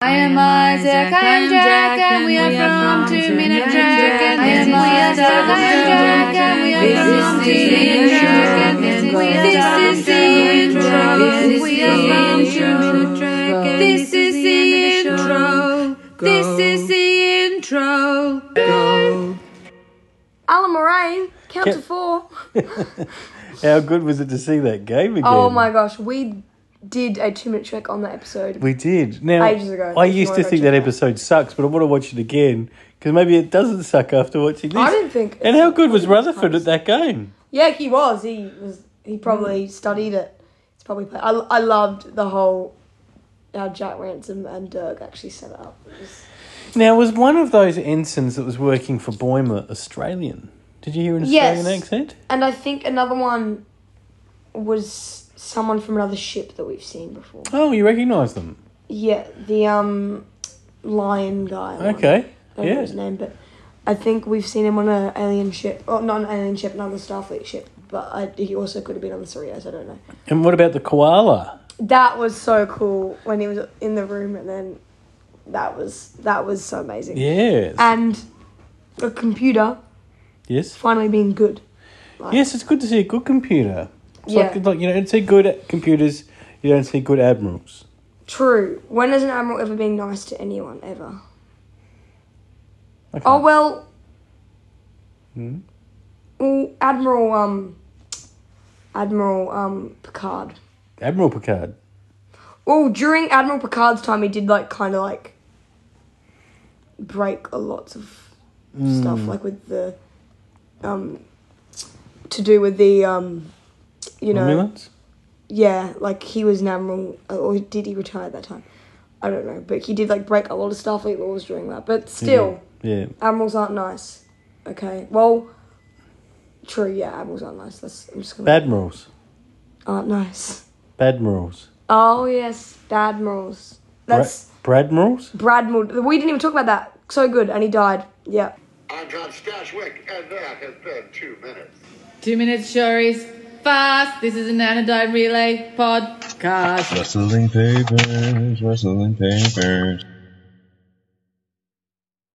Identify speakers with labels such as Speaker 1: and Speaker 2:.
Speaker 1: I am Isaac, I am Jack, and we are from Two Minute Jack, and this is Isaac, I am Jack, and we are from Two Minute Jack, and this is this is the intro, we are from Two Minute Jack, and this is the intro, this is the intro.
Speaker 2: Alan Moraine, count to four.
Speaker 3: How good was it to see that game again?
Speaker 2: Oh my gosh, we did a two minute check on that episode.
Speaker 3: We did. Now,
Speaker 2: Ages ago.
Speaker 3: I
Speaker 2: If you
Speaker 3: used
Speaker 2: wanna
Speaker 3: to
Speaker 2: go
Speaker 3: think
Speaker 2: check
Speaker 3: that
Speaker 2: it out.
Speaker 3: episode sucks, but I want to watch it again because maybe it doesn't suck after watching this.
Speaker 2: I didn't think.
Speaker 3: And how good was Rutherford at that Mm. game?
Speaker 2: Yeah, he was. He was. He probably studied it. He's probably. Played. I I loved the whole. How Jack Ransom and Dirk actually set it up. It was-
Speaker 3: Now, was one of those ensigns that was working for Boimer Australian? Did you hear an
Speaker 2: Yes.
Speaker 3: Australian accent?
Speaker 2: And I think another one was someone from another ship that we've seen before.
Speaker 3: Oh, you recognise them?
Speaker 2: Yeah, the um, lion guy. one.
Speaker 3: Okay.
Speaker 2: I don't know
Speaker 3: Yeah.
Speaker 2: his name, but I think we've seen him on an alien ship. Well, not an alien ship, another Starfleet ship. But I, he also could have been on the Cerritos, I don't know.
Speaker 3: And what about the koala?
Speaker 2: That was so cool when he was in the room, and then that was that was so amazing.
Speaker 3: Yes.
Speaker 2: And the computer
Speaker 3: yes.
Speaker 2: finally being good.
Speaker 3: Yes, it's good to see a good computer. It's
Speaker 2: Yeah.
Speaker 3: like, it's like you don't see good computers, you don't see good admirals.
Speaker 2: True. When has an admiral ever been nice to anyone ever?
Speaker 3: Okay. Hmm?
Speaker 2: Oh well. Well, Admiral um. Admiral um Picard.
Speaker 3: Admiral Picard.
Speaker 2: Well, during Admiral Picard's time, he did like kind of like break a lots of stuff, like with the um to do with the um you know
Speaker 3: Romulans?
Speaker 2: yeah, like he was an admiral, uh, or did he retire at that time? I don't know, but he did like break a lot of Starfleet laws during that. But still,
Speaker 3: Yeah.
Speaker 2: admirals aren't nice. Okay, well, true, yeah, admirals aren't nice. That's I'm just gonna
Speaker 3: Badmirals.
Speaker 2: aren't nice.
Speaker 3: Badmirals.
Speaker 2: Oh yes, admirals. That's.
Speaker 3: Bra- Bradmirals?
Speaker 2: Brad Mood. We didn't even talk about that. So good, and he died. Yeah.
Speaker 4: I'm John Stashwick, and that has been two minutes.
Speaker 1: Two Minute Show is fast, this is an anodyne relay podcast.
Speaker 5: Rustling papers, rustling papers.